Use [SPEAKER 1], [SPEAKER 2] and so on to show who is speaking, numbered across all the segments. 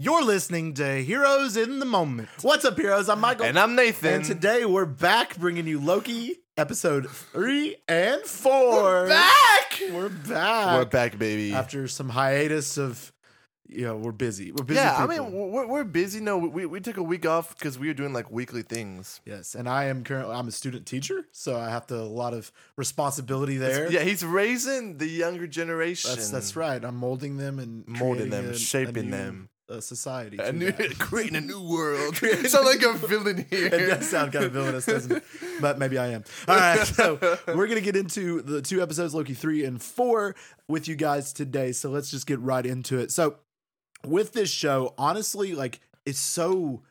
[SPEAKER 1] You're listening to Heroes in the Moment.
[SPEAKER 2] What's up, heroes? I'm Michael.
[SPEAKER 3] And I'm Nathan.
[SPEAKER 2] And today we're back bringing you Loki episode three and 4
[SPEAKER 3] We're back.
[SPEAKER 2] We're back.
[SPEAKER 3] We're back, baby.
[SPEAKER 2] After some hiatus of, you know, we're busy. We're busy.
[SPEAKER 3] yeah, I
[SPEAKER 2] people.
[SPEAKER 3] mean, we're, we're busy. No, we, we took a week off because we were doing like weekly things.
[SPEAKER 2] yes. And I am currently, I'm a student teacher, so I have to, a lot of responsibility there.
[SPEAKER 3] Yeah, he's raising the younger generation.
[SPEAKER 2] That's, that's right. I'm molding them and creating
[SPEAKER 3] Molding them,
[SPEAKER 2] a- a
[SPEAKER 3] shaping
[SPEAKER 2] new,
[SPEAKER 3] them.
[SPEAKER 2] uh, society.
[SPEAKER 3] A
[SPEAKER 2] through
[SPEAKER 3] new,
[SPEAKER 2] that.
[SPEAKER 3] creating a new world. Sound like a villain here.
[SPEAKER 2] It does sound kind of villainous, doesn't it? But maybe I am. All right, so we're gonna get into the two episodes, Loki three and four, with you guys today. So let's just get right into it. So with this show, honestly, like it's so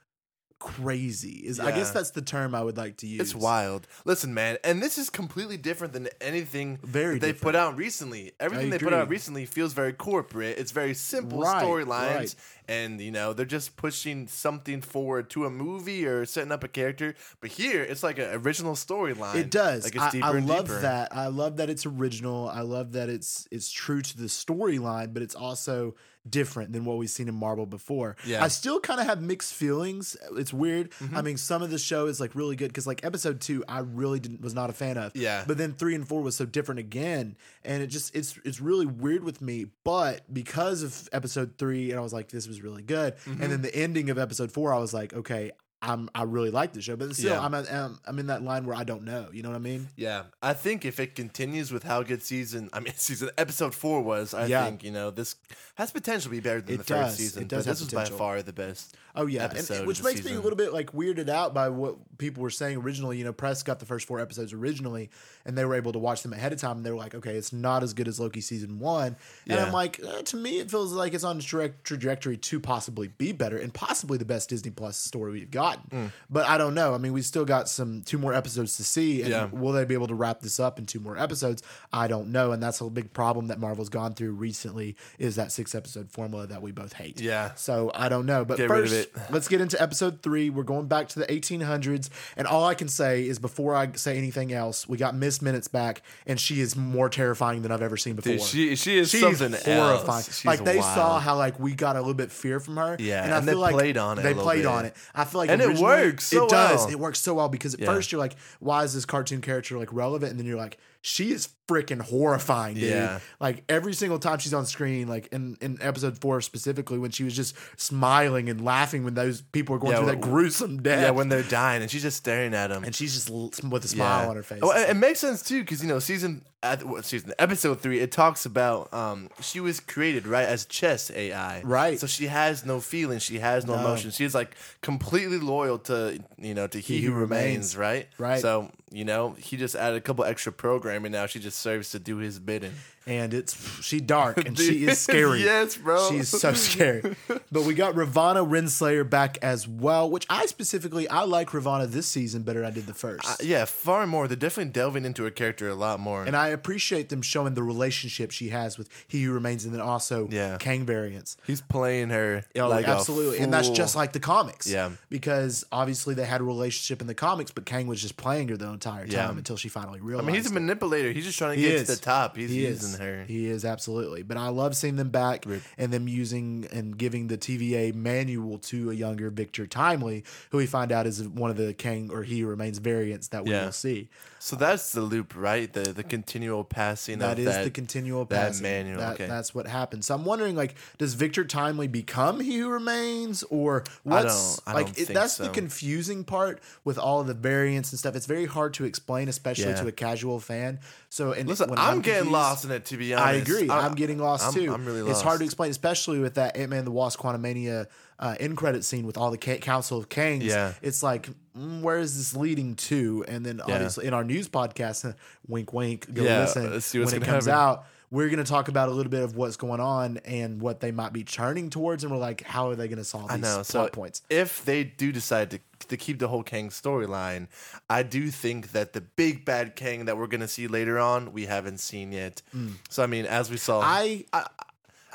[SPEAKER 2] crazy. Is I guess
[SPEAKER 3] Yeah.
[SPEAKER 2] that's the term I would like to use.
[SPEAKER 3] It's wild. Listen, man, and this is completely different than anything
[SPEAKER 2] Very
[SPEAKER 3] that they
[SPEAKER 2] different.
[SPEAKER 3] put out recently. Everything they put
[SPEAKER 2] agree.
[SPEAKER 3] out recently feels very corporate. It's very simple
[SPEAKER 2] Right,
[SPEAKER 3] storylines,
[SPEAKER 2] right.
[SPEAKER 3] and you know they're just pushing something forward to a movie or setting up a character. But here, it's like an original storyline.
[SPEAKER 2] It does.
[SPEAKER 3] Like
[SPEAKER 2] I,
[SPEAKER 3] it's deeper
[SPEAKER 2] I
[SPEAKER 3] and
[SPEAKER 2] love
[SPEAKER 3] deeper.
[SPEAKER 2] that. I love that it's original. I love that it's it's true to the storyline, but it's also different than what we've seen in Marvel before.
[SPEAKER 3] Yeah. Mm-hmm.
[SPEAKER 2] I still kind of have mixed feelings. It's weird. I mean, some of the show is like really good because like episode two, I really didn't was not a fan of.
[SPEAKER 3] Yeah.
[SPEAKER 2] But then three and four was so different again, and it just it's it's really weird with me. But because of episode three, and I was like, this was really good, and then the ending of episode four, I was like, okay. I'm, I really like the show, but still,
[SPEAKER 3] Yeah.
[SPEAKER 2] I'm, at, I'm I'm in that line where I don't know. You know what I mean?
[SPEAKER 3] Yeah, I think if it continues with how good season, I mean, season episode four was, I
[SPEAKER 2] Yeah.
[SPEAKER 3] think you know this has potential to be better than
[SPEAKER 2] It
[SPEAKER 3] the
[SPEAKER 2] does.
[SPEAKER 3] first season.
[SPEAKER 2] It does
[SPEAKER 3] but
[SPEAKER 2] have
[SPEAKER 3] this was
[SPEAKER 2] potential.
[SPEAKER 3] by far the best.
[SPEAKER 2] Oh yeah, and-
[SPEAKER 3] episode
[SPEAKER 2] and,
[SPEAKER 3] of
[SPEAKER 2] which
[SPEAKER 3] the
[SPEAKER 2] makes me a
[SPEAKER 3] season.
[SPEAKER 2] little bit like weirded out by what people were saying originally. You know, press got the first four episodes originally, and they were able to watch them ahead of time, and they were like, "Okay, it's not as good as Loki season one." And
[SPEAKER 3] Yeah.
[SPEAKER 2] I'm like, eh, to me, it feels like it's on a direct trajectory to possibly be better and possibly the best Disney Plus story we've gotten.
[SPEAKER 3] Hmm.
[SPEAKER 2] But I don't know. I mean, we still got some two more episodes to see, and
[SPEAKER 3] Yeah.
[SPEAKER 2] will they be able to wrap this up in two more episodes? I don't know, and that's a big problem that Marvel's gone through recently is that six episode formula that we both hate.
[SPEAKER 3] Yeah.
[SPEAKER 2] So I don't know, but
[SPEAKER 3] Get rid of
[SPEAKER 2] first,
[SPEAKER 3] it.
[SPEAKER 2] let's get into episode three. We're going back to the 1800s, and all I can say is before I say anything else, we got Miss Minutes back, and she is more terrifying than I've ever seen before.
[SPEAKER 3] Dude, she she is
[SPEAKER 2] She's
[SPEAKER 3] something
[SPEAKER 2] horrifying.
[SPEAKER 3] else. She's
[SPEAKER 2] like they saw
[SPEAKER 3] wild.
[SPEAKER 2] how like we got a little bit fear from her.
[SPEAKER 3] Yeah,
[SPEAKER 2] I
[SPEAKER 3] and they
[SPEAKER 2] feel like
[SPEAKER 3] played on it a
[SPEAKER 2] They
[SPEAKER 3] little
[SPEAKER 2] played
[SPEAKER 3] bit.
[SPEAKER 2] on it. I feel like
[SPEAKER 3] And it
[SPEAKER 2] originally-
[SPEAKER 3] works so
[SPEAKER 2] it does.
[SPEAKER 3] well.
[SPEAKER 2] It works so well because at
[SPEAKER 3] Yeah.
[SPEAKER 2] first you're like, why is this cartoon character like relevant? And then you're like, she is freaking horrifying, dude.
[SPEAKER 3] Yeah.
[SPEAKER 2] Like every single time she's on screen, like in, in episode four specifically, when she was just smiling and laughing when those people were going
[SPEAKER 3] Yeah,
[SPEAKER 2] through
[SPEAKER 3] wh-
[SPEAKER 2] that gruesome death.
[SPEAKER 3] Yeah, when they're dying and she's just staring at them.
[SPEAKER 2] and she's just l- with a smile on her face.
[SPEAKER 3] Well, Oh, it, it makes sense too because you know season at well, season episode three it talks about um she was created right as chess AI
[SPEAKER 2] Right.
[SPEAKER 3] so she has no feelings she has no,
[SPEAKER 2] No.
[SPEAKER 3] emotion she's like completely loyal to you know to he, who, remains, right
[SPEAKER 2] Right.
[SPEAKER 3] so you know he just added a couple extra programming now she just serves to do his bidding
[SPEAKER 2] and it's she dark and she
[SPEAKER 3] Dude,
[SPEAKER 2] is scary.
[SPEAKER 3] yes, bro.
[SPEAKER 2] She's so scary. but we got Ravana Renslayer back as well, which I specifically I like Ravana this season better than I did the first.
[SPEAKER 3] Uh, yeah far more they're definitely delving into her character a lot more
[SPEAKER 2] and I appreciate them showing the relationship she has with He Who Remains and then also
[SPEAKER 3] Yeah.
[SPEAKER 2] Kang variants.
[SPEAKER 3] he's playing her
[SPEAKER 2] Oh,
[SPEAKER 3] like a
[SPEAKER 2] absolutely. And that's
[SPEAKER 3] fool.
[SPEAKER 2] just like the comics.
[SPEAKER 3] Yeah.
[SPEAKER 2] Because obviously they had a relationship in the comics, but Kang was just playing her the entire time
[SPEAKER 3] Yeah.
[SPEAKER 2] until she finally realized.
[SPEAKER 3] I mean, he's a
[SPEAKER 2] it.
[SPEAKER 3] manipulator. He's just trying to
[SPEAKER 2] He
[SPEAKER 3] get
[SPEAKER 2] is.
[SPEAKER 3] to the top. He's
[SPEAKER 2] He
[SPEAKER 3] using
[SPEAKER 2] is.
[SPEAKER 3] her.
[SPEAKER 2] He is absolutely. But I love seeing them back
[SPEAKER 3] Rip.
[SPEAKER 2] and them using and giving the TVA manual to a younger Victor Timely, who we find out is one of the Kang or He Remains variants that we
[SPEAKER 3] Yeah.
[SPEAKER 2] will see.
[SPEAKER 3] So that's the loop, right? The the continual passing.
[SPEAKER 2] That
[SPEAKER 3] of
[SPEAKER 2] is
[SPEAKER 3] that,
[SPEAKER 2] the continual
[SPEAKER 3] that
[SPEAKER 2] passing.
[SPEAKER 3] manual,
[SPEAKER 2] That-
[SPEAKER 3] okay.
[SPEAKER 2] That's what happens. So I'm wondering, like, does Victor Timely become He Who Remains, or what's
[SPEAKER 3] I
[SPEAKER 2] like?
[SPEAKER 3] don't
[SPEAKER 2] it-
[SPEAKER 3] think
[SPEAKER 2] that's the
[SPEAKER 3] so.
[SPEAKER 2] confusing part with all of the variants and stuff. It's very hard to explain, especially
[SPEAKER 3] Yeah.
[SPEAKER 2] to a casual fan. So, and
[SPEAKER 3] Listen,
[SPEAKER 2] when
[SPEAKER 3] I'm, getting
[SPEAKER 2] confused-
[SPEAKER 3] lost in it. To be
[SPEAKER 2] I
[SPEAKER 3] honest,
[SPEAKER 2] agree. I, am getting lost
[SPEAKER 3] I'm-
[SPEAKER 2] too.
[SPEAKER 3] I'm really
[SPEAKER 2] It's
[SPEAKER 3] lost.
[SPEAKER 2] hard to explain, especially with that Ant Man the Wasp Quantumania uh, end credit scene with all the ca- Council of Kings.
[SPEAKER 3] Yeah.
[SPEAKER 2] It's like, mm, where is this leading to? And then obviously in our news podcast, wink, wink, go
[SPEAKER 3] Yeah,
[SPEAKER 2] listen.
[SPEAKER 3] let's see what's
[SPEAKER 2] when it
[SPEAKER 3] gonna
[SPEAKER 2] comes
[SPEAKER 3] happen.
[SPEAKER 2] out, we're going to talk about a little bit of what's going on and what they might be churning towards. And we're like, how are they going to solve
[SPEAKER 3] I
[SPEAKER 2] these
[SPEAKER 3] know.
[SPEAKER 2] plot
[SPEAKER 3] So
[SPEAKER 2] points?
[SPEAKER 3] if they do decide to to keep the whole Kang storyline, I do think that the big bad Kang that we're gonna see later on, we haven't seen yet. So I mean, as we saw,
[SPEAKER 2] Mm. I,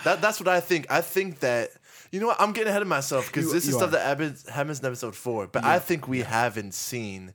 [SPEAKER 3] That, that's what I think. I think that you know what I'm getting ahead of myself because
[SPEAKER 2] You-
[SPEAKER 3] this is
[SPEAKER 2] you
[SPEAKER 3] stuff
[SPEAKER 2] are.
[SPEAKER 3] that happens, happens in episode four, but I think we haven't seen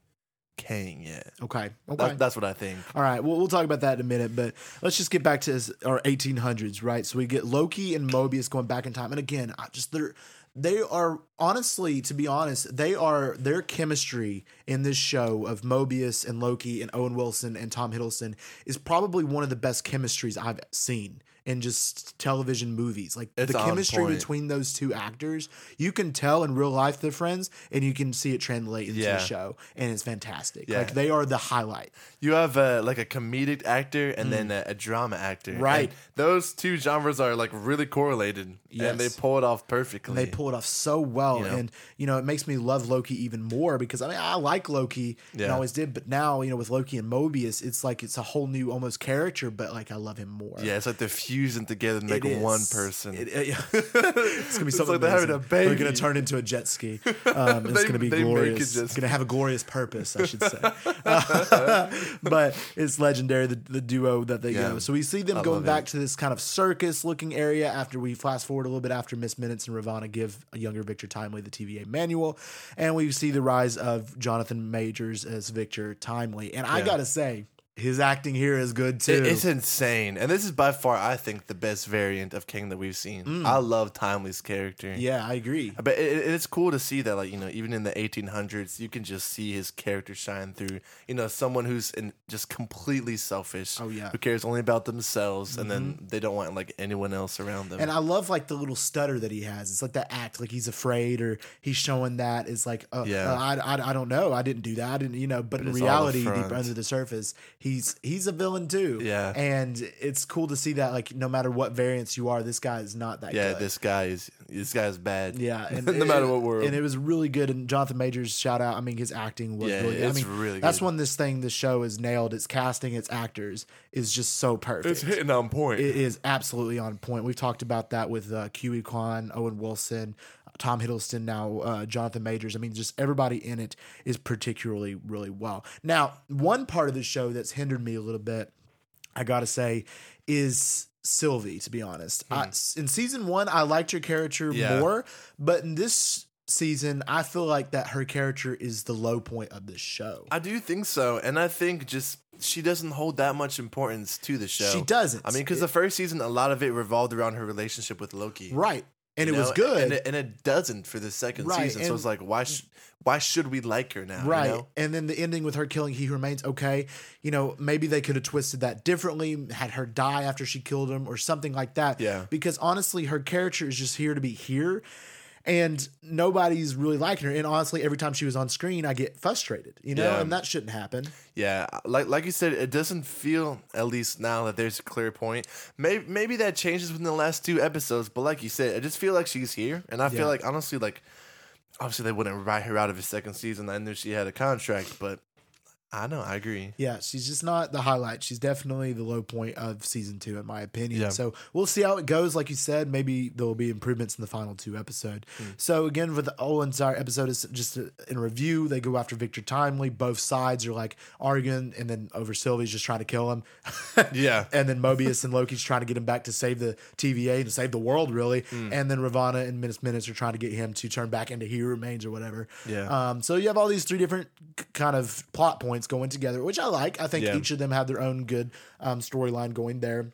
[SPEAKER 3] Kang yet.
[SPEAKER 2] okay. Okay.
[SPEAKER 3] That, that's what I think.
[SPEAKER 2] All right, we'll, we'll talk about that in a minute, but let's just get back to this, our 1800s, right? So we get Loki and Mobius going back in time, and again, I just they're they are honestly, to be honest, they are their chemistry in this show of Mobius and Loki and Owen Wilson and Tom Hiddleston is probably one of the best chemistries I've seen in just television movies. Like
[SPEAKER 3] It's
[SPEAKER 2] the
[SPEAKER 3] on
[SPEAKER 2] chemistry
[SPEAKER 3] point.
[SPEAKER 2] between those two actors, you can tell in real life they're friends, and you can see it translate into
[SPEAKER 3] Yeah.
[SPEAKER 2] the show, and it's fantastic.
[SPEAKER 3] Yeah.
[SPEAKER 2] Like they are the highlight.
[SPEAKER 3] You have uh, like a comedic actor and then a, a drama actor.
[SPEAKER 2] Hmm. Right.
[SPEAKER 3] And those two genres are like really correlated, and they
[SPEAKER 2] Yes.
[SPEAKER 3] pull it off perfectly.
[SPEAKER 2] They pull it off so well,
[SPEAKER 3] You know.
[SPEAKER 2] and you know it makes me love Loki even more because I mean I like Loki and
[SPEAKER 3] Yeah.
[SPEAKER 2] always did, but now you know with Loki and Mobius, it's like it's a whole new almost character, but like I love him more.
[SPEAKER 3] yeah, it's like they're fusing together to make
[SPEAKER 2] It
[SPEAKER 3] one
[SPEAKER 2] is.
[SPEAKER 3] person.
[SPEAKER 2] It- it- yeah. it's gonna be something.
[SPEAKER 3] like they're having
[SPEAKER 2] amazing.
[SPEAKER 3] a baby.
[SPEAKER 2] They're gonna turn into a jet ski. Um, it's
[SPEAKER 3] They-
[SPEAKER 2] gonna be
[SPEAKER 3] they make a
[SPEAKER 2] glorious.
[SPEAKER 3] jet
[SPEAKER 2] It's
[SPEAKER 3] ski.
[SPEAKER 2] gonna have a glorious purpose, I should say. but it's legendary the, the duo that they
[SPEAKER 3] Yeah.
[SPEAKER 2] go. So we see them
[SPEAKER 3] I
[SPEAKER 2] going
[SPEAKER 3] love
[SPEAKER 2] back to this kind of circus looking area after we fast forward a little bit after Miss Minutes and Ravana give a younger Victor Timely the TVA manual, and we see the rise of Jonathan Majors as Victor Timely. And I
[SPEAKER 3] Yeah.
[SPEAKER 2] gotta say, his acting here is good too.
[SPEAKER 3] It- it's insane, and this is by far, I think, the best variant of King that we've seen. I love Timely's character.
[SPEAKER 2] Hmm. yeah, I agree.
[SPEAKER 3] But it, it- it's cool to see that, like you know, even in the 1800s, you can just see his character shine through. You know, someone who's in, just completely selfish.
[SPEAKER 2] Oh, yeah. Mm-hmm.
[SPEAKER 3] who cares only about themselves, and then they don't want like anyone else around them.
[SPEAKER 2] And I love like the little stutter that he has. It's like that act, like he's afraid or he's showing that is like, uh,
[SPEAKER 3] Yeah.
[SPEAKER 2] uh, I, I, I don't know, I didn't do that, I didn't, you know. But, in
[SPEAKER 3] it's all a
[SPEAKER 2] reality, deep
[SPEAKER 3] front.
[SPEAKER 2] under the surface, he's he's a villain too.
[SPEAKER 3] Yeah.
[SPEAKER 2] and it's cool to see that like no matter what variants you are, this guy is not that.
[SPEAKER 3] yeah,
[SPEAKER 2] good.
[SPEAKER 3] this guy is this guy is bad.
[SPEAKER 2] Yeah, and
[SPEAKER 3] No matter what world.
[SPEAKER 2] and it was really good. And Jonathan Majors, shout out. I mean, his acting was
[SPEAKER 3] Yeah,
[SPEAKER 2] really. Good.
[SPEAKER 3] it's
[SPEAKER 2] I mean,
[SPEAKER 3] really
[SPEAKER 2] That's
[SPEAKER 3] good.
[SPEAKER 2] when this thing, this show, is nailed. Its casting, its actors, is just so perfect.
[SPEAKER 3] it's hitting on point.
[SPEAKER 2] It is absolutely on point. We've talked about that with uh, Kiwi Kwan, Owen Wilson, Tom Hiddleston, now uh, Jonathan Majors. I mean, just everybody in it is particularly really well. Now, one part of the show that's hindered me a little bit, I gotta say, is Sylvie. To be honest, I, in season one, I liked her character
[SPEAKER 3] Hmm. Yeah.
[SPEAKER 2] more, but in this season, I feel like that her character is the low point of this show.
[SPEAKER 3] I do think so, and I think just she doesn't hold that much importance to the show.
[SPEAKER 2] She doesn't.
[SPEAKER 3] I mean, because the first season, a lot of it revolved around her relationship with Loki.
[SPEAKER 2] right, and
[SPEAKER 3] you
[SPEAKER 2] it was
[SPEAKER 3] know,
[SPEAKER 2] good.
[SPEAKER 3] and it, and it doesn't for the second
[SPEAKER 2] Right,
[SPEAKER 3] season. So
[SPEAKER 2] and-
[SPEAKER 3] it's like, why sh- why should we like her now? you
[SPEAKER 2] Right.
[SPEAKER 3] know?
[SPEAKER 2] And then the ending with her killing He Who Remains, okay, you know, maybe they could have twisted that differently, had her die after she killed him or something like that.
[SPEAKER 3] Yeah.
[SPEAKER 2] Because honestly, her character is just here to be here. And nobody's really liking her. And honestly, every time she was on screen, I get frustrated, you know,
[SPEAKER 3] Yeah.
[SPEAKER 2] and that shouldn't happen.
[SPEAKER 3] Yeah, like like you said, it doesn't feel at least now that there's a clear point. Maybe maybe that changes within the last two episodes, but like you said, I just feel like she's here, and I
[SPEAKER 2] Yeah.
[SPEAKER 3] feel like honestly, like obviously they wouldn't write her out of a second season. I knew she had a contract, but I know I agree.
[SPEAKER 2] Yeah, she's just not the highlight. She's definitely the low point of season two, in my opinion.
[SPEAKER 3] Yeah.
[SPEAKER 2] So we'll see how it goes. Like you said, maybe there will be improvements in the final two episode.
[SPEAKER 3] Hmm.
[SPEAKER 2] So again, for the whole entire episode is just a- in review. They go after Victor Timely. Both sides are like arguing, and then over Sylvie's just trying to kill him.
[SPEAKER 3] Yeah.
[SPEAKER 2] and then Mobius and Loki's trying to get him back to save the TVA and save the world, really.
[SPEAKER 3] Hmm.
[SPEAKER 2] And then Ravana and Minutes Minutes are trying to get him to turn back into He Who Remains or whatever.
[SPEAKER 3] Yeah.
[SPEAKER 2] Um, so you have all these three different k- kind of plot points going together, which I like. I think
[SPEAKER 3] Yeah.
[SPEAKER 2] each of them have their own good um, storyline going there.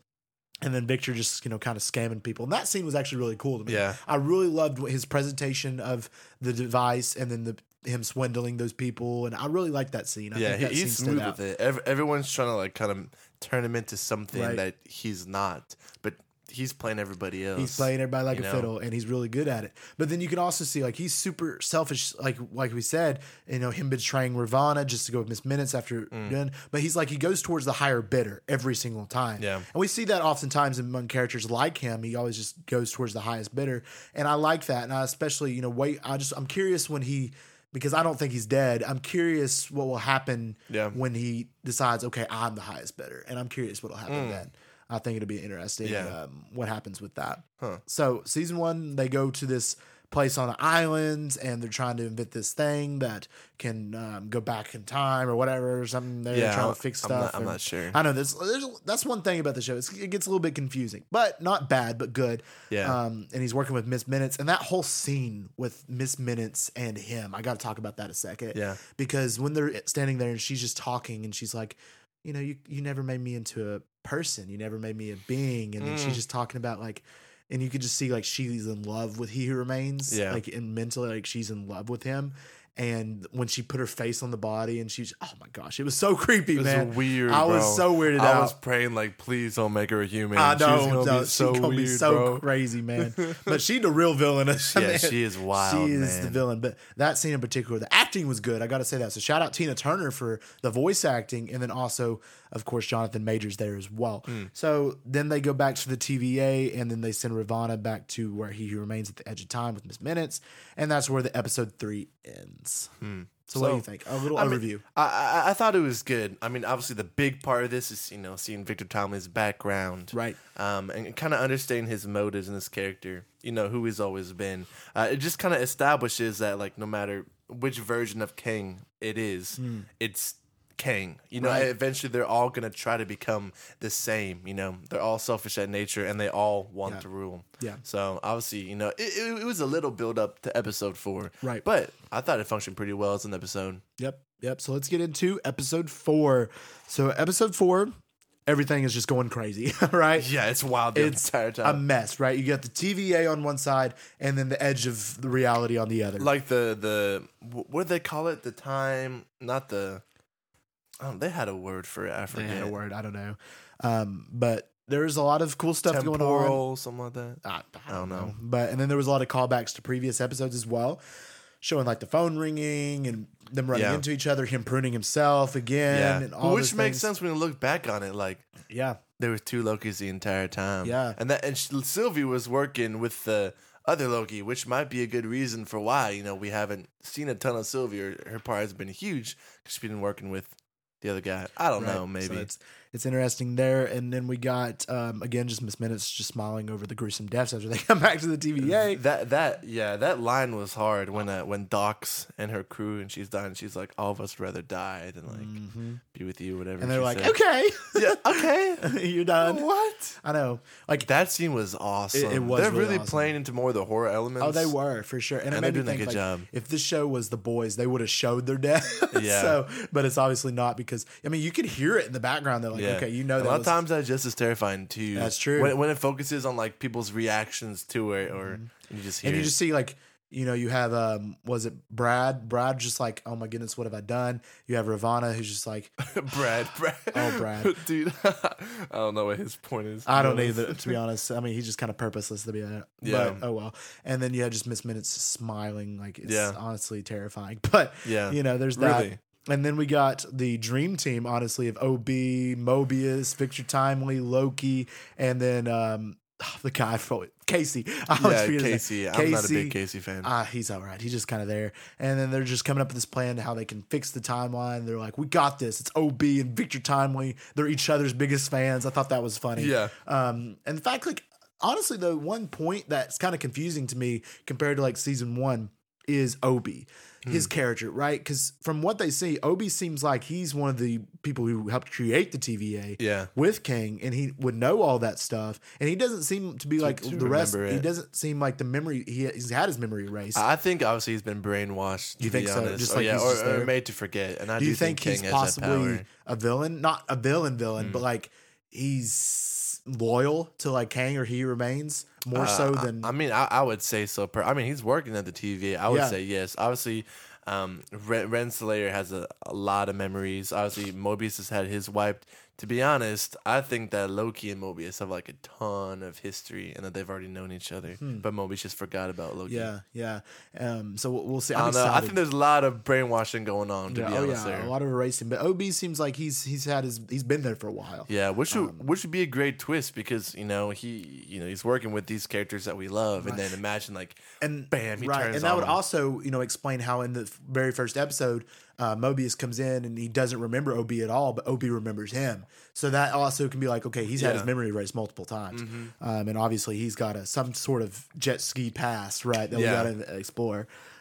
[SPEAKER 2] And then Victor just, you know, kind of scamming people. And that scene was actually really cool to me.
[SPEAKER 3] Yeah.
[SPEAKER 2] I really loved what- his presentation of the device and then the him swindling those people. And I really liked that scene. I
[SPEAKER 3] Yeah,
[SPEAKER 2] think
[SPEAKER 3] he,
[SPEAKER 2] that scene
[SPEAKER 3] he's
[SPEAKER 2] stood
[SPEAKER 3] smooth
[SPEAKER 2] out.
[SPEAKER 3] with it. Ev- everyone's trying to like kind of turn him into something
[SPEAKER 2] Right.
[SPEAKER 3] that he's not, but he's playing everybody else.
[SPEAKER 2] He's playing everybody like
[SPEAKER 3] you
[SPEAKER 2] a
[SPEAKER 3] know?
[SPEAKER 2] fiddle, and he's really good at it. But then you can also see like he's super selfish, like like we said, you know, him betraying Ravana just to go with Miss Minutes after
[SPEAKER 3] Mm.
[SPEAKER 2] done. But he's like he goes towards the higher bidder every single time.
[SPEAKER 3] Yeah.
[SPEAKER 2] and we see that oftentimes among characters like him. He always just goes towards the highest bidder, and I like that. And I especially you know wait, I just I'm curious when he. Because I don't think he's dead. I'm curious what will happen
[SPEAKER 3] Yeah.
[SPEAKER 2] when he decides, okay, I'm the highest bidder, and I'm curious what will happen then. I think it'll be interesting
[SPEAKER 3] Hmm. Yeah.
[SPEAKER 2] um, what happens with that. So season one, they go to this place on an island, and they're trying to invent this thing that can um, go back in time or whatever or something. They're
[SPEAKER 3] Yeah,
[SPEAKER 2] trying
[SPEAKER 3] I'm-
[SPEAKER 2] to fix
[SPEAKER 3] I'm not-
[SPEAKER 2] stuff.
[SPEAKER 3] I'm
[SPEAKER 2] and-
[SPEAKER 3] not sure.
[SPEAKER 2] I know there's, there's that's one thing about the show. It's, it gets a little bit confusing, but not bad, but good.
[SPEAKER 3] Yeah.
[SPEAKER 2] Um, and he's working with Miss Minutes, and that whole scene with Miss Minutes and him, I got to talk about that a second.
[SPEAKER 3] Yeah.
[SPEAKER 2] Because when they're standing there and she's just talking, and she's like, you
[SPEAKER 3] Mm.
[SPEAKER 2] know, you you never made me into a person. You never made me a being. And then she's just talking about like. and you could just see like she's in love with he who remains
[SPEAKER 3] Yeah.
[SPEAKER 2] like and mentally like she's in love with him and when she put her face on the body and she's oh my gosh it was so creepy
[SPEAKER 3] It was
[SPEAKER 2] man
[SPEAKER 3] weird.
[SPEAKER 2] i was
[SPEAKER 3] bro.
[SPEAKER 2] so weirded
[SPEAKER 3] I
[SPEAKER 2] out
[SPEAKER 3] was praying like, please don't make her a human.
[SPEAKER 2] I
[SPEAKER 3] She's
[SPEAKER 2] know,
[SPEAKER 3] gonna
[SPEAKER 2] no,
[SPEAKER 3] be
[SPEAKER 2] she's
[SPEAKER 3] so
[SPEAKER 2] gonna
[SPEAKER 3] weird,
[SPEAKER 2] be so
[SPEAKER 3] bro.
[SPEAKER 2] crazy, man. But she the real villain. Of
[SPEAKER 3] Yeah,
[SPEAKER 2] man.
[SPEAKER 3] she is wild,
[SPEAKER 2] She is the
[SPEAKER 3] man.
[SPEAKER 2] villain. But that scene in particular, the acting was good. I got to say that. So shout out Tina Turner for the voice acting, and then also, of course, Jonathan Majors there as well.
[SPEAKER 3] Hmm.
[SPEAKER 2] So then they go back to the TVA, and then they send Ravana back to where he who remains at the edge of time with Miss Minutes, and that's where the episode three ends. So, what do
[SPEAKER 3] Hmm. So,
[SPEAKER 2] you think? A little
[SPEAKER 3] I mean,
[SPEAKER 2] overview.
[SPEAKER 3] I, I I thought it was good. I mean, obviously the big part of this is you know seeing Victor Tomlin's background,
[SPEAKER 2] Right.
[SPEAKER 3] Um, and kind of understanding his motives and his character. You know who he's always been. Uh, it just kind of establishes that like no matter which version of King it is, it's King. You know,
[SPEAKER 2] Hmm. Right.
[SPEAKER 3] eventually they're all gonna try to become the same. You know, they're all selfish at nature and they all want
[SPEAKER 2] Yeah.
[SPEAKER 3] to rule.
[SPEAKER 2] Yeah.
[SPEAKER 3] So obviously, you know, it, it, it was a little build up to episode four,
[SPEAKER 2] Right.
[SPEAKER 3] But I thought it functioned pretty well as an episode.
[SPEAKER 2] Yep. Yep. So let's get into episode four. So episode four, everything is just going crazy, right?
[SPEAKER 3] Yeah, it's wild Um, the
[SPEAKER 2] It's
[SPEAKER 3] entire time.
[SPEAKER 2] a mess, right? You got the TVA on one side and then the edge of the reality on the other.
[SPEAKER 3] like the the wh- what do they call it? The time, not the. Oh, they had a word for it. I
[SPEAKER 2] I
[SPEAKER 3] forget.
[SPEAKER 2] forget a word, I don't know. Um, but there's a lot of cool stuff
[SPEAKER 3] Temporal,
[SPEAKER 2] going on.
[SPEAKER 3] something like that.
[SPEAKER 2] I, I
[SPEAKER 3] don't know.
[SPEAKER 2] But and then there was a lot of callbacks to previous episodes as well, showing like the phone ringing and them running
[SPEAKER 3] Yeah.
[SPEAKER 2] into each other, him pruning himself again, and all
[SPEAKER 3] which
[SPEAKER 2] those
[SPEAKER 3] makes
[SPEAKER 2] things.
[SPEAKER 3] sense when you look back on it. Like
[SPEAKER 2] Yeah,
[SPEAKER 3] there were two Lokis the entire time.
[SPEAKER 2] Yeah.
[SPEAKER 3] and that and Sh- Sylvie was working with the other Loki, which might be a good reason for why you know we haven't seen a ton of Sylvie. Or her part has been huge because she's been working with the other guy. I don't
[SPEAKER 2] Right.
[SPEAKER 3] know. Oh, Maybe
[SPEAKER 2] So it's it's interesting there. And then we got um, again just Miss Minutes just smiling over the gruesome deaths after they come back to the TVA.
[SPEAKER 3] That that yeah, that line was hard when uh, when Docs and her crew and she's dying. She's like, all of us rather die than like be with you, whatever.
[SPEAKER 2] Mm. Mm-hmm. And they're
[SPEAKER 3] she
[SPEAKER 2] like, okay,
[SPEAKER 3] said. yeah, okay,
[SPEAKER 2] you're done.
[SPEAKER 3] what?
[SPEAKER 2] I know. Like,
[SPEAKER 3] That scene was awesome.
[SPEAKER 2] It- it was
[SPEAKER 3] They're
[SPEAKER 2] really
[SPEAKER 3] really,
[SPEAKER 2] awesome.
[SPEAKER 3] playing into more of the horror elements.
[SPEAKER 2] oh, they were for sure. And, it
[SPEAKER 3] And
[SPEAKER 2] made
[SPEAKER 3] they're
[SPEAKER 2] me
[SPEAKER 3] doing a
[SPEAKER 2] think,
[SPEAKER 3] good
[SPEAKER 2] like,
[SPEAKER 3] job.
[SPEAKER 2] if this show was the boys, they would have showed their death.
[SPEAKER 3] Yeah.
[SPEAKER 2] so, but it's obviously not because, I mean, you could hear it in the background. They're like,
[SPEAKER 3] Yeah.
[SPEAKER 2] okay, you know
[SPEAKER 3] A
[SPEAKER 2] that.
[SPEAKER 3] lot of
[SPEAKER 2] was-
[SPEAKER 3] times that's just as terrifying too.
[SPEAKER 2] That's true.
[SPEAKER 3] When, when it focuses on like people's reactions to it, or you just
[SPEAKER 2] Mm-hmm.
[SPEAKER 3] hear.
[SPEAKER 2] and you
[SPEAKER 3] it.
[SPEAKER 2] just see like you know you have um was it brad brad just like oh my goodness what have i done you have ravana who's just like
[SPEAKER 3] Brad, Brad,
[SPEAKER 2] Oh, Brad.
[SPEAKER 3] dude, I don't know what his point is. to
[SPEAKER 2] I
[SPEAKER 3] be
[SPEAKER 2] don't
[SPEAKER 3] honest.
[SPEAKER 2] either, to be honest. I mean, he's just kind of purposeless to be there.
[SPEAKER 3] Yeah.
[SPEAKER 2] But oh well. And then you had just Miss Minutes smiling, like it's
[SPEAKER 3] Yeah.
[SPEAKER 2] honestly terrifying. But
[SPEAKER 3] Yeah.
[SPEAKER 2] you know, there's that.
[SPEAKER 3] Really.
[SPEAKER 2] And then we got the dream team, honestly, of OB, Mobius, Victor Timely, Loki, and then um the guy for Casey. I always
[SPEAKER 3] Yeah,
[SPEAKER 2] forget his name.
[SPEAKER 3] Casey. I'm not a big
[SPEAKER 2] Casey.
[SPEAKER 3] Casey fan.
[SPEAKER 2] Ah, he's all right. He's just kind of there. And then they're just coming up with this plan to how they can fix the timeline. They're like, we got this. It's OB and Victor Timely. They're each other's biggest fans. I thought that was funny.
[SPEAKER 3] Yeah.
[SPEAKER 2] Um, and the fact, like, honestly, the one point that's kind of confusing to me compared to like season one is Obi, his character, right? Because from what they see, Obi seems like he's one of the people who helped create the TVA
[SPEAKER 3] Yeah.
[SPEAKER 2] with King, and he would know all that stuff. And he doesn't seem to be like
[SPEAKER 3] to
[SPEAKER 2] the rest.
[SPEAKER 3] remember
[SPEAKER 2] He
[SPEAKER 3] it.
[SPEAKER 2] doesn't seem like the memory. He, he's had his memory erased.
[SPEAKER 3] I think obviously he's been brainwashed. To
[SPEAKER 2] You think
[SPEAKER 3] be
[SPEAKER 2] so?
[SPEAKER 3] Honest.
[SPEAKER 2] Just
[SPEAKER 3] Or,
[SPEAKER 2] like
[SPEAKER 3] yeah,
[SPEAKER 2] he's
[SPEAKER 3] or,
[SPEAKER 2] just
[SPEAKER 3] or
[SPEAKER 2] there?
[SPEAKER 3] made to forget. And I
[SPEAKER 2] do you think,
[SPEAKER 3] King
[SPEAKER 2] he's
[SPEAKER 3] has that
[SPEAKER 2] possibly
[SPEAKER 3] power. Hmm.
[SPEAKER 2] a villain? Not a villain villain, but like he's loyal to like Kang or he remains more so
[SPEAKER 3] Uh, I-
[SPEAKER 2] than
[SPEAKER 3] I, mean, I, I would say so. Per, I mean, he's working at the TV. I would
[SPEAKER 2] Yeah.
[SPEAKER 3] say yes. Obviously, um, Ren, Ren Slayer has a, a lot of memories. Obviously, Mobius has had his wiped. To be honest, I think that Loki and Mobius have like a ton of history, and that they've already known each other. But Mobius just forgot about Loki.
[SPEAKER 2] Hmm. yeah, yeah. Um, so we'll, we'll see.
[SPEAKER 3] I
[SPEAKER 2] I'm
[SPEAKER 3] don't know. I
[SPEAKER 2] excited.
[SPEAKER 3] think there's a lot of brainwashing going on. To
[SPEAKER 2] yeah,
[SPEAKER 3] be
[SPEAKER 2] oh
[SPEAKER 3] honest,
[SPEAKER 2] yeah,
[SPEAKER 3] there.
[SPEAKER 2] a lot of erasing, but Ob seems like he's he's had his he's been there for a while.
[SPEAKER 3] Yeah, which would,
[SPEAKER 2] Um,
[SPEAKER 3] which would be a great twist because you know he you know he's working with these characters that we love, and then imagine like
[SPEAKER 2] and
[SPEAKER 3] bam, he
[SPEAKER 2] right,
[SPEAKER 3] turns
[SPEAKER 2] and that
[SPEAKER 3] on
[SPEAKER 2] would
[SPEAKER 3] him.
[SPEAKER 2] also you know explain how in the f- very first episode, uh, Mobius comes in and he doesn't remember Ob at all, but Ob remembers him. So that also can be like, okay, he's had his
[SPEAKER 3] Yeah. Mm-hmm.
[SPEAKER 2] memory erased multiple times, um, and obviously he's got a some sort of jet ski past, right? That
[SPEAKER 3] Yeah.
[SPEAKER 2] we got to explore.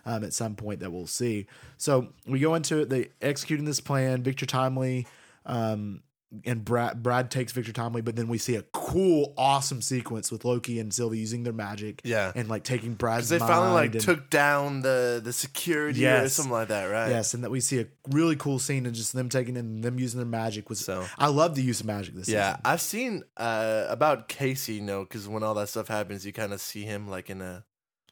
[SPEAKER 2] Um, at some point that we'll see. So we go into it. They executing this plan. Victor Timely, um, and Brad Brad takes Victor Timely, but then we see a cool, awesome sequence with Loki and Sylvie using their magic,
[SPEAKER 3] Yeah.
[SPEAKER 2] and like taking Brad's.
[SPEAKER 3] They finally
[SPEAKER 2] mind
[SPEAKER 3] like
[SPEAKER 2] and-
[SPEAKER 3] took down the the security or
[SPEAKER 2] Yes.
[SPEAKER 3] something like that, right?
[SPEAKER 2] Yes, and that we see a really cool scene and just them taking and them using their magic was.
[SPEAKER 3] So-
[SPEAKER 2] I love the use of magic this
[SPEAKER 3] Yeah,
[SPEAKER 2] season.
[SPEAKER 3] I've seen uh, about Casey, you know, because when all that stuff happens, you kind of see him like in a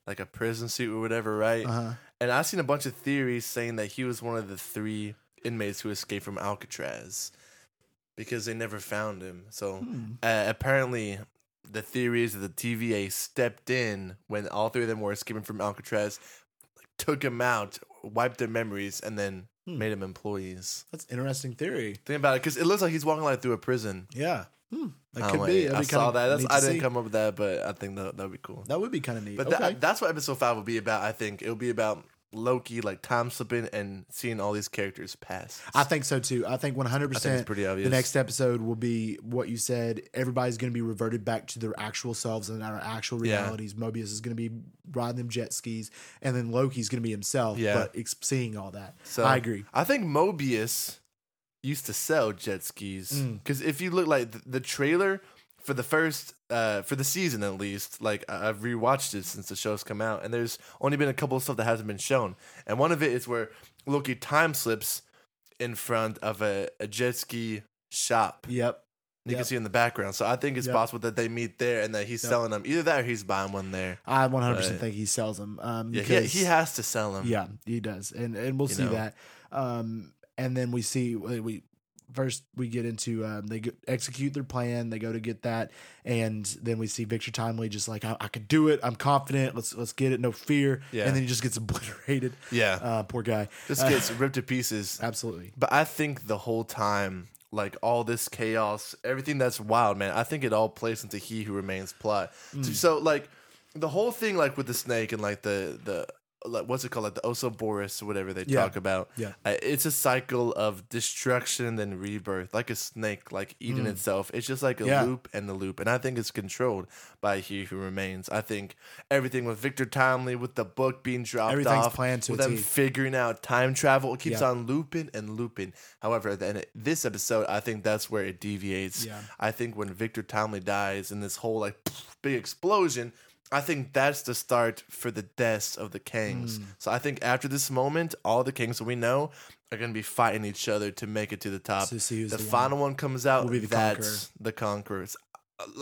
[SPEAKER 3] like a prison suit or whatever, right?
[SPEAKER 2] Uh-huh.
[SPEAKER 3] And I've seen a bunch of theories saying that he was one of the three inmates who escaped from Alcatraz because they never found him. So
[SPEAKER 2] Hmm,
[SPEAKER 3] uh, apparently, the theory is that the TVA stepped in when all three of them were escaping from Alcatraz, took him out, wiped their memories, and then
[SPEAKER 2] Hmm.
[SPEAKER 3] made him employees.
[SPEAKER 2] That's an interesting theory.
[SPEAKER 3] Think about it, because it looks like he's walking like through a prison.
[SPEAKER 2] Yeah, hmm. that
[SPEAKER 3] I'm
[SPEAKER 2] could
[SPEAKER 3] like,
[SPEAKER 2] be.
[SPEAKER 3] I
[SPEAKER 2] That'd be
[SPEAKER 3] saw
[SPEAKER 2] kinda
[SPEAKER 3] that. That's,
[SPEAKER 2] neat to
[SPEAKER 3] I didn't
[SPEAKER 2] see.
[SPEAKER 3] come up with that, but I think that that'd be cool.
[SPEAKER 2] That would be kind of neat.
[SPEAKER 3] But
[SPEAKER 2] okay.
[SPEAKER 3] that, that's what episode five will be about. I think it'll be about Loki, like time slipping and seeing all these characters pass.
[SPEAKER 2] I think so too. I think one hundred
[SPEAKER 3] I think it's
[SPEAKER 2] percent.
[SPEAKER 3] pretty obvious.
[SPEAKER 2] The next episode will be what you said. Everybody's going to be reverted back to their actual selves and our actual
[SPEAKER 3] Yeah.
[SPEAKER 2] realities. Mobius is going to be riding them jet skis, and then Loki's going to be himself.
[SPEAKER 3] Yeah.
[SPEAKER 2] but ex- seeing all that,
[SPEAKER 3] So
[SPEAKER 2] I agree.
[SPEAKER 3] I think Mobius used to sell jet skis
[SPEAKER 2] Mm.
[SPEAKER 3] because if you look like the, the trailer for the first uh for the season at least like I- i've rewatched it since the show's come out and there's only been a couple of stuff that hasn't been shown and one of it is where loki time slips in front of a, a jet ski shop
[SPEAKER 2] Yep.
[SPEAKER 3] you can
[SPEAKER 2] Yep.
[SPEAKER 3] see in the background so i think it's
[SPEAKER 2] Yep.
[SPEAKER 3] possible that they meet there and that he's
[SPEAKER 2] Yep.
[SPEAKER 3] selling them either that or he's buying one there
[SPEAKER 2] I 100%
[SPEAKER 3] Right.
[SPEAKER 2] think he sells them. Um,
[SPEAKER 3] yeah he,
[SPEAKER 2] because-
[SPEAKER 3] he has to sell them
[SPEAKER 2] Yeah, he does, and and we'll
[SPEAKER 3] You
[SPEAKER 2] see
[SPEAKER 3] know.
[SPEAKER 2] that. Um, and then we see we we- first we get into um, they go, execute their plan. They go to get that, and then we see Victor Timely just like I, I could do it. I'm confident. Let's let's get it. No fear.
[SPEAKER 3] Yeah.
[SPEAKER 2] And then he just gets obliterated.
[SPEAKER 3] yeah
[SPEAKER 2] Uh, poor guy.
[SPEAKER 3] just gets ripped to pieces
[SPEAKER 2] Absolutely.
[SPEAKER 3] But I think the whole time, like all this chaos, everything that's wild, man, I think it all plays into He Who Remains plot.
[SPEAKER 2] Mm.
[SPEAKER 3] So, like, the whole thing, like with the snake and like the the like what's it called, like the Osoboris or whatever they
[SPEAKER 2] Yeah.
[SPEAKER 3] talk about.
[SPEAKER 2] Yeah.
[SPEAKER 3] uh, it's a cycle of destruction then rebirth, like a snake, like eating itself. It's just like a
[SPEAKER 2] Mm. Yeah.
[SPEAKER 3] loop and a loop, and I think it's controlled by He Who Remains. I think everything with Victor Timely, with the book being dropped
[SPEAKER 2] Everything's
[SPEAKER 3] off,
[SPEAKER 2] planned to
[SPEAKER 3] with
[SPEAKER 2] a
[SPEAKER 3] them
[SPEAKER 2] T.
[SPEAKER 3] figuring out time travel. It keeps
[SPEAKER 2] Yeah.
[SPEAKER 3] on looping and looping. However, then this episode, I think that's where it deviates.
[SPEAKER 2] Yeah.
[SPEAKER 3] I think when Victor Tomley dies and this whole like big explosion, I think that's the start for the deaths of the kings.
[SPEAKER 2] Mm.
[SPEAKER 3] So I think after this moment, all the kings that we know are going to be fighting each other to make it to the top.
[SPEAKER 2] To see who's
[SPEAKER 3] Uh, the
[SPEAKER 2] the one.
[SPEAKER 3] final one comes out.
[SPEAKER 2] Will be the
[SPEAKER 3] that's the conquerors.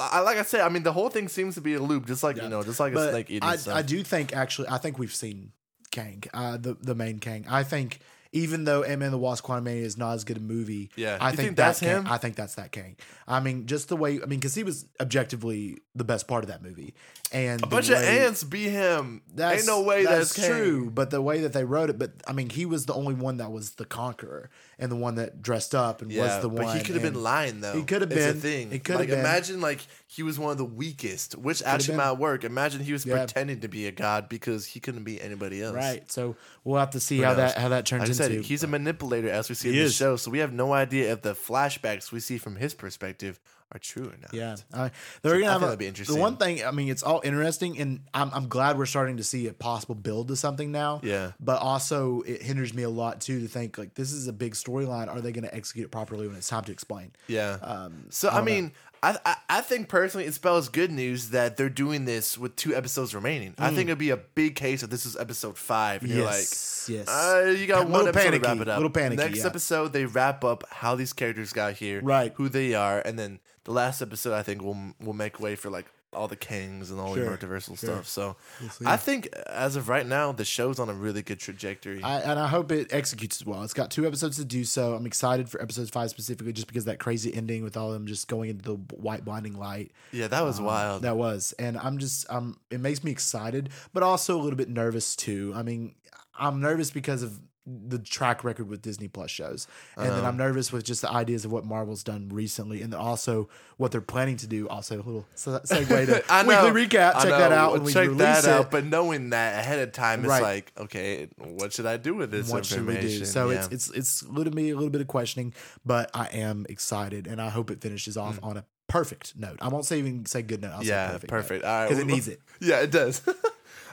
[SPEAKER 3] I- Like I said, I mean the whole thing seems to be a loop, just like
[SPEAKER 2] Yeah.
[SPEAKER 3] you know, just like a
[SPEAKER 2] But
[SPEAKER 3] snake eating
[SPEAKER 2] I,
[SPEAKER 3] stuff.
[SPEAKER 2] I do think actually, I think we've seen Kang, uh, the the main Kang. I think even though Ant Man and the Wasp: Quantumania is not as good a movie,
[SPEAKER 3] Yeah.
[SPEAKER 2] I think,
[SPEAKER 3] You think that's
[SPEAKER 2] that's
[SPEAKER 3] him?
[SPEAKER 2] him. I think that's that Kang. I mean, just the way I mean, because he was objectively the best part of that movie, and
[SPEAKER 3] a bunch of ants beat him.
[SPEAKER 2] That's,
[SPEAKER 3] Ain't no way that's, Kang.
[SPEAKER 2] true, but the way that they wrote it, but I mean, he was the only one that was the conqueror and the one that dressed up and was the one.
[SPEAKER 3] But he could have
[SPEAKER 2] and-
[SPEAKER 3] been lying though.
[SPEAKER 2] He could have
[SPEAKER 3] It's a
[SPEAKER 2] been.
[SPEAKER 3] thing.
[SPEAKER 2] It could have
[SPEAKER 3] like,
[SPEAKER 2] been.
[SPEAKER 3] Imagine like he was one of the weakest, which actually
[SPEAKER 2] been.
[SPEAKER 3] might work. Imagine he was
[SPEAKER 2] Yeah.
[SPEAKER 3] pretending to be a god because he couldn't be anybody else.
[SPEAKER 2] right. So we'll have to see how
[SPEAKER 3] knows?
[SPEAKER 2] that how that turns
[SPEAKER 3] Like I said,
[SPEAKER 2] into.
[SPEAKER 3] he's a manipulator, as we see
[SPEAKER 2] He
[SPEAKER 3] in the
[SPEAKER 2] is.
[SPEAKER 3] show. So we have no idea if the flashbacks we see from his perspective are true or not.
[SPEAKER 2] Yeah, I, they're gonna
[SPEAKER 3] I
[SPEAKER 2] have
[SPEAKER 3] think
[SPEAKER 2] a-
[SPEAKER 3] that'd be interesting.
[SPEAKER 2] The one thing, I mean, it's all interesting, and I'm I'm glad we're starting to see a possible build to something now.
[SPEAKER 3] Yeah.
[SPEAKER 2] but also it hinders me a lot too to think like this is a big storyline. Are they going to execute it properly when it's time to explain?
[SPEAKER 3] Yeah.
[SPEAKER 2] Um,
[SPEAKER 3] so I, mean, I, I I think personally it spells good news that they're doing this with two episodes remaining. I think it'd be a big case if this was episode five and
[SPEAKER 2] Mm. Yes,
[SPEAKER 3] you're
[SPEAKER 2] yes.
[SPEAKER 3] like, uh, you
[SPEAKER 2] A
[SPEAKER 3] got one
[SPEAKER 2] little
[SPEAKER 3] episode to wrap
[SPEAKER 2] panicky,
[SPEAKER 3] it up.
[SPEAKER 2] little panicky,
[SPEAKER 3] Next
[SPEAKER 2] yeah.
[SPEAKER 3] episode they wrap up how these characters got here,
[SPEAKER 2] Right.
[SPEAKER 3] Who they are, and then the last episode I think will will make way for like all the kings and all
[SPEAKER 2] Sure,
[SPEAKER 3] the multiversal
[SPEAKER 2] sure.
[SPEAKER 3] stuff. So
[SPEAKER 2] see.
[SPEAKER 3] I think as of right now the show's on a really good trajectory.
[SPEAKER 2] I, and I hope it executes as well. It's got two episodes to do so. I'm excited for episode five specifically, just because of that crazy ending with all of them just going into the white blinding light.
[SPEAKER 3] yeah, that was wild.
[SPEAKER 2] uh, That was, and I'm just um, it makes me excited, but also a little bit nervous too. I mean, I'm nervous because of the track record with Disney Plus shows, and
[SPEAKER 3] Uh-huh.
[SPEAKER 2] then I'm nervous with just the ideas of what Marvel's done recently, and also what they're planning to do. Also, a little se- segue to
[SPEAKER 3] I know,
[SPEAKER 2] weekly recap.
[SPEAKER 3] I
[SPEAKER 2] Check that
[SPEAKER 3] know,
[SPEAKER 2] out when we
[SPEAKER 3] check
[SPEAKER 2] release
[SPEAKER 3] that
[SPEAKER 2] it.
[SPEAKER 3] out. But knowing that ahead of time, it's
[SPEAKER 2] Right.
[SPEAKER 3] like, okay, what should I do with this
[SPEAKER 2] what should we
[SPEAKER 3] information?
[SPEAKER 2] do? So
[SPEAKER 3] Yeah.
[SPEAKER 2] it's it's it's little me a little bit of questioning, but I am excited, and I hope it finishes off on a perfect note. I won't say even say good note. I'll
[SPEAKER 3] Mm. yeah,
[SPEAKER 2] say perfect.
[SPEAKER 3] perfect.
[SPEAKER 2] note,
[SPEAKER 3] All right,
[SPEAKER 2] 'cause it
[SPEAKER 3] well,
[SPEAKER 2] needs it.
[SPEAKER 3] Yeah, it does.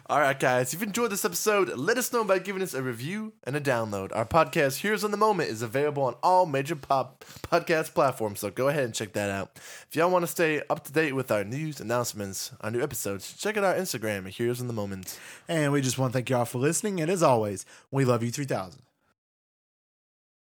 [SPEAKER 3] All right, guys, if you enjoyed this episode, let us know by giving us a review and a download. Our podcast, Heroes in the Moment, is available on all major pop podcast platforms, so go ahead and check that out. If y'all want to stay up to date with our news, announcements, our new episodes, check out our Instagram at Heroes in the Moment.
[SPEAKER 2] And we just want to thank y'all for listening. And as always, we love you 3000.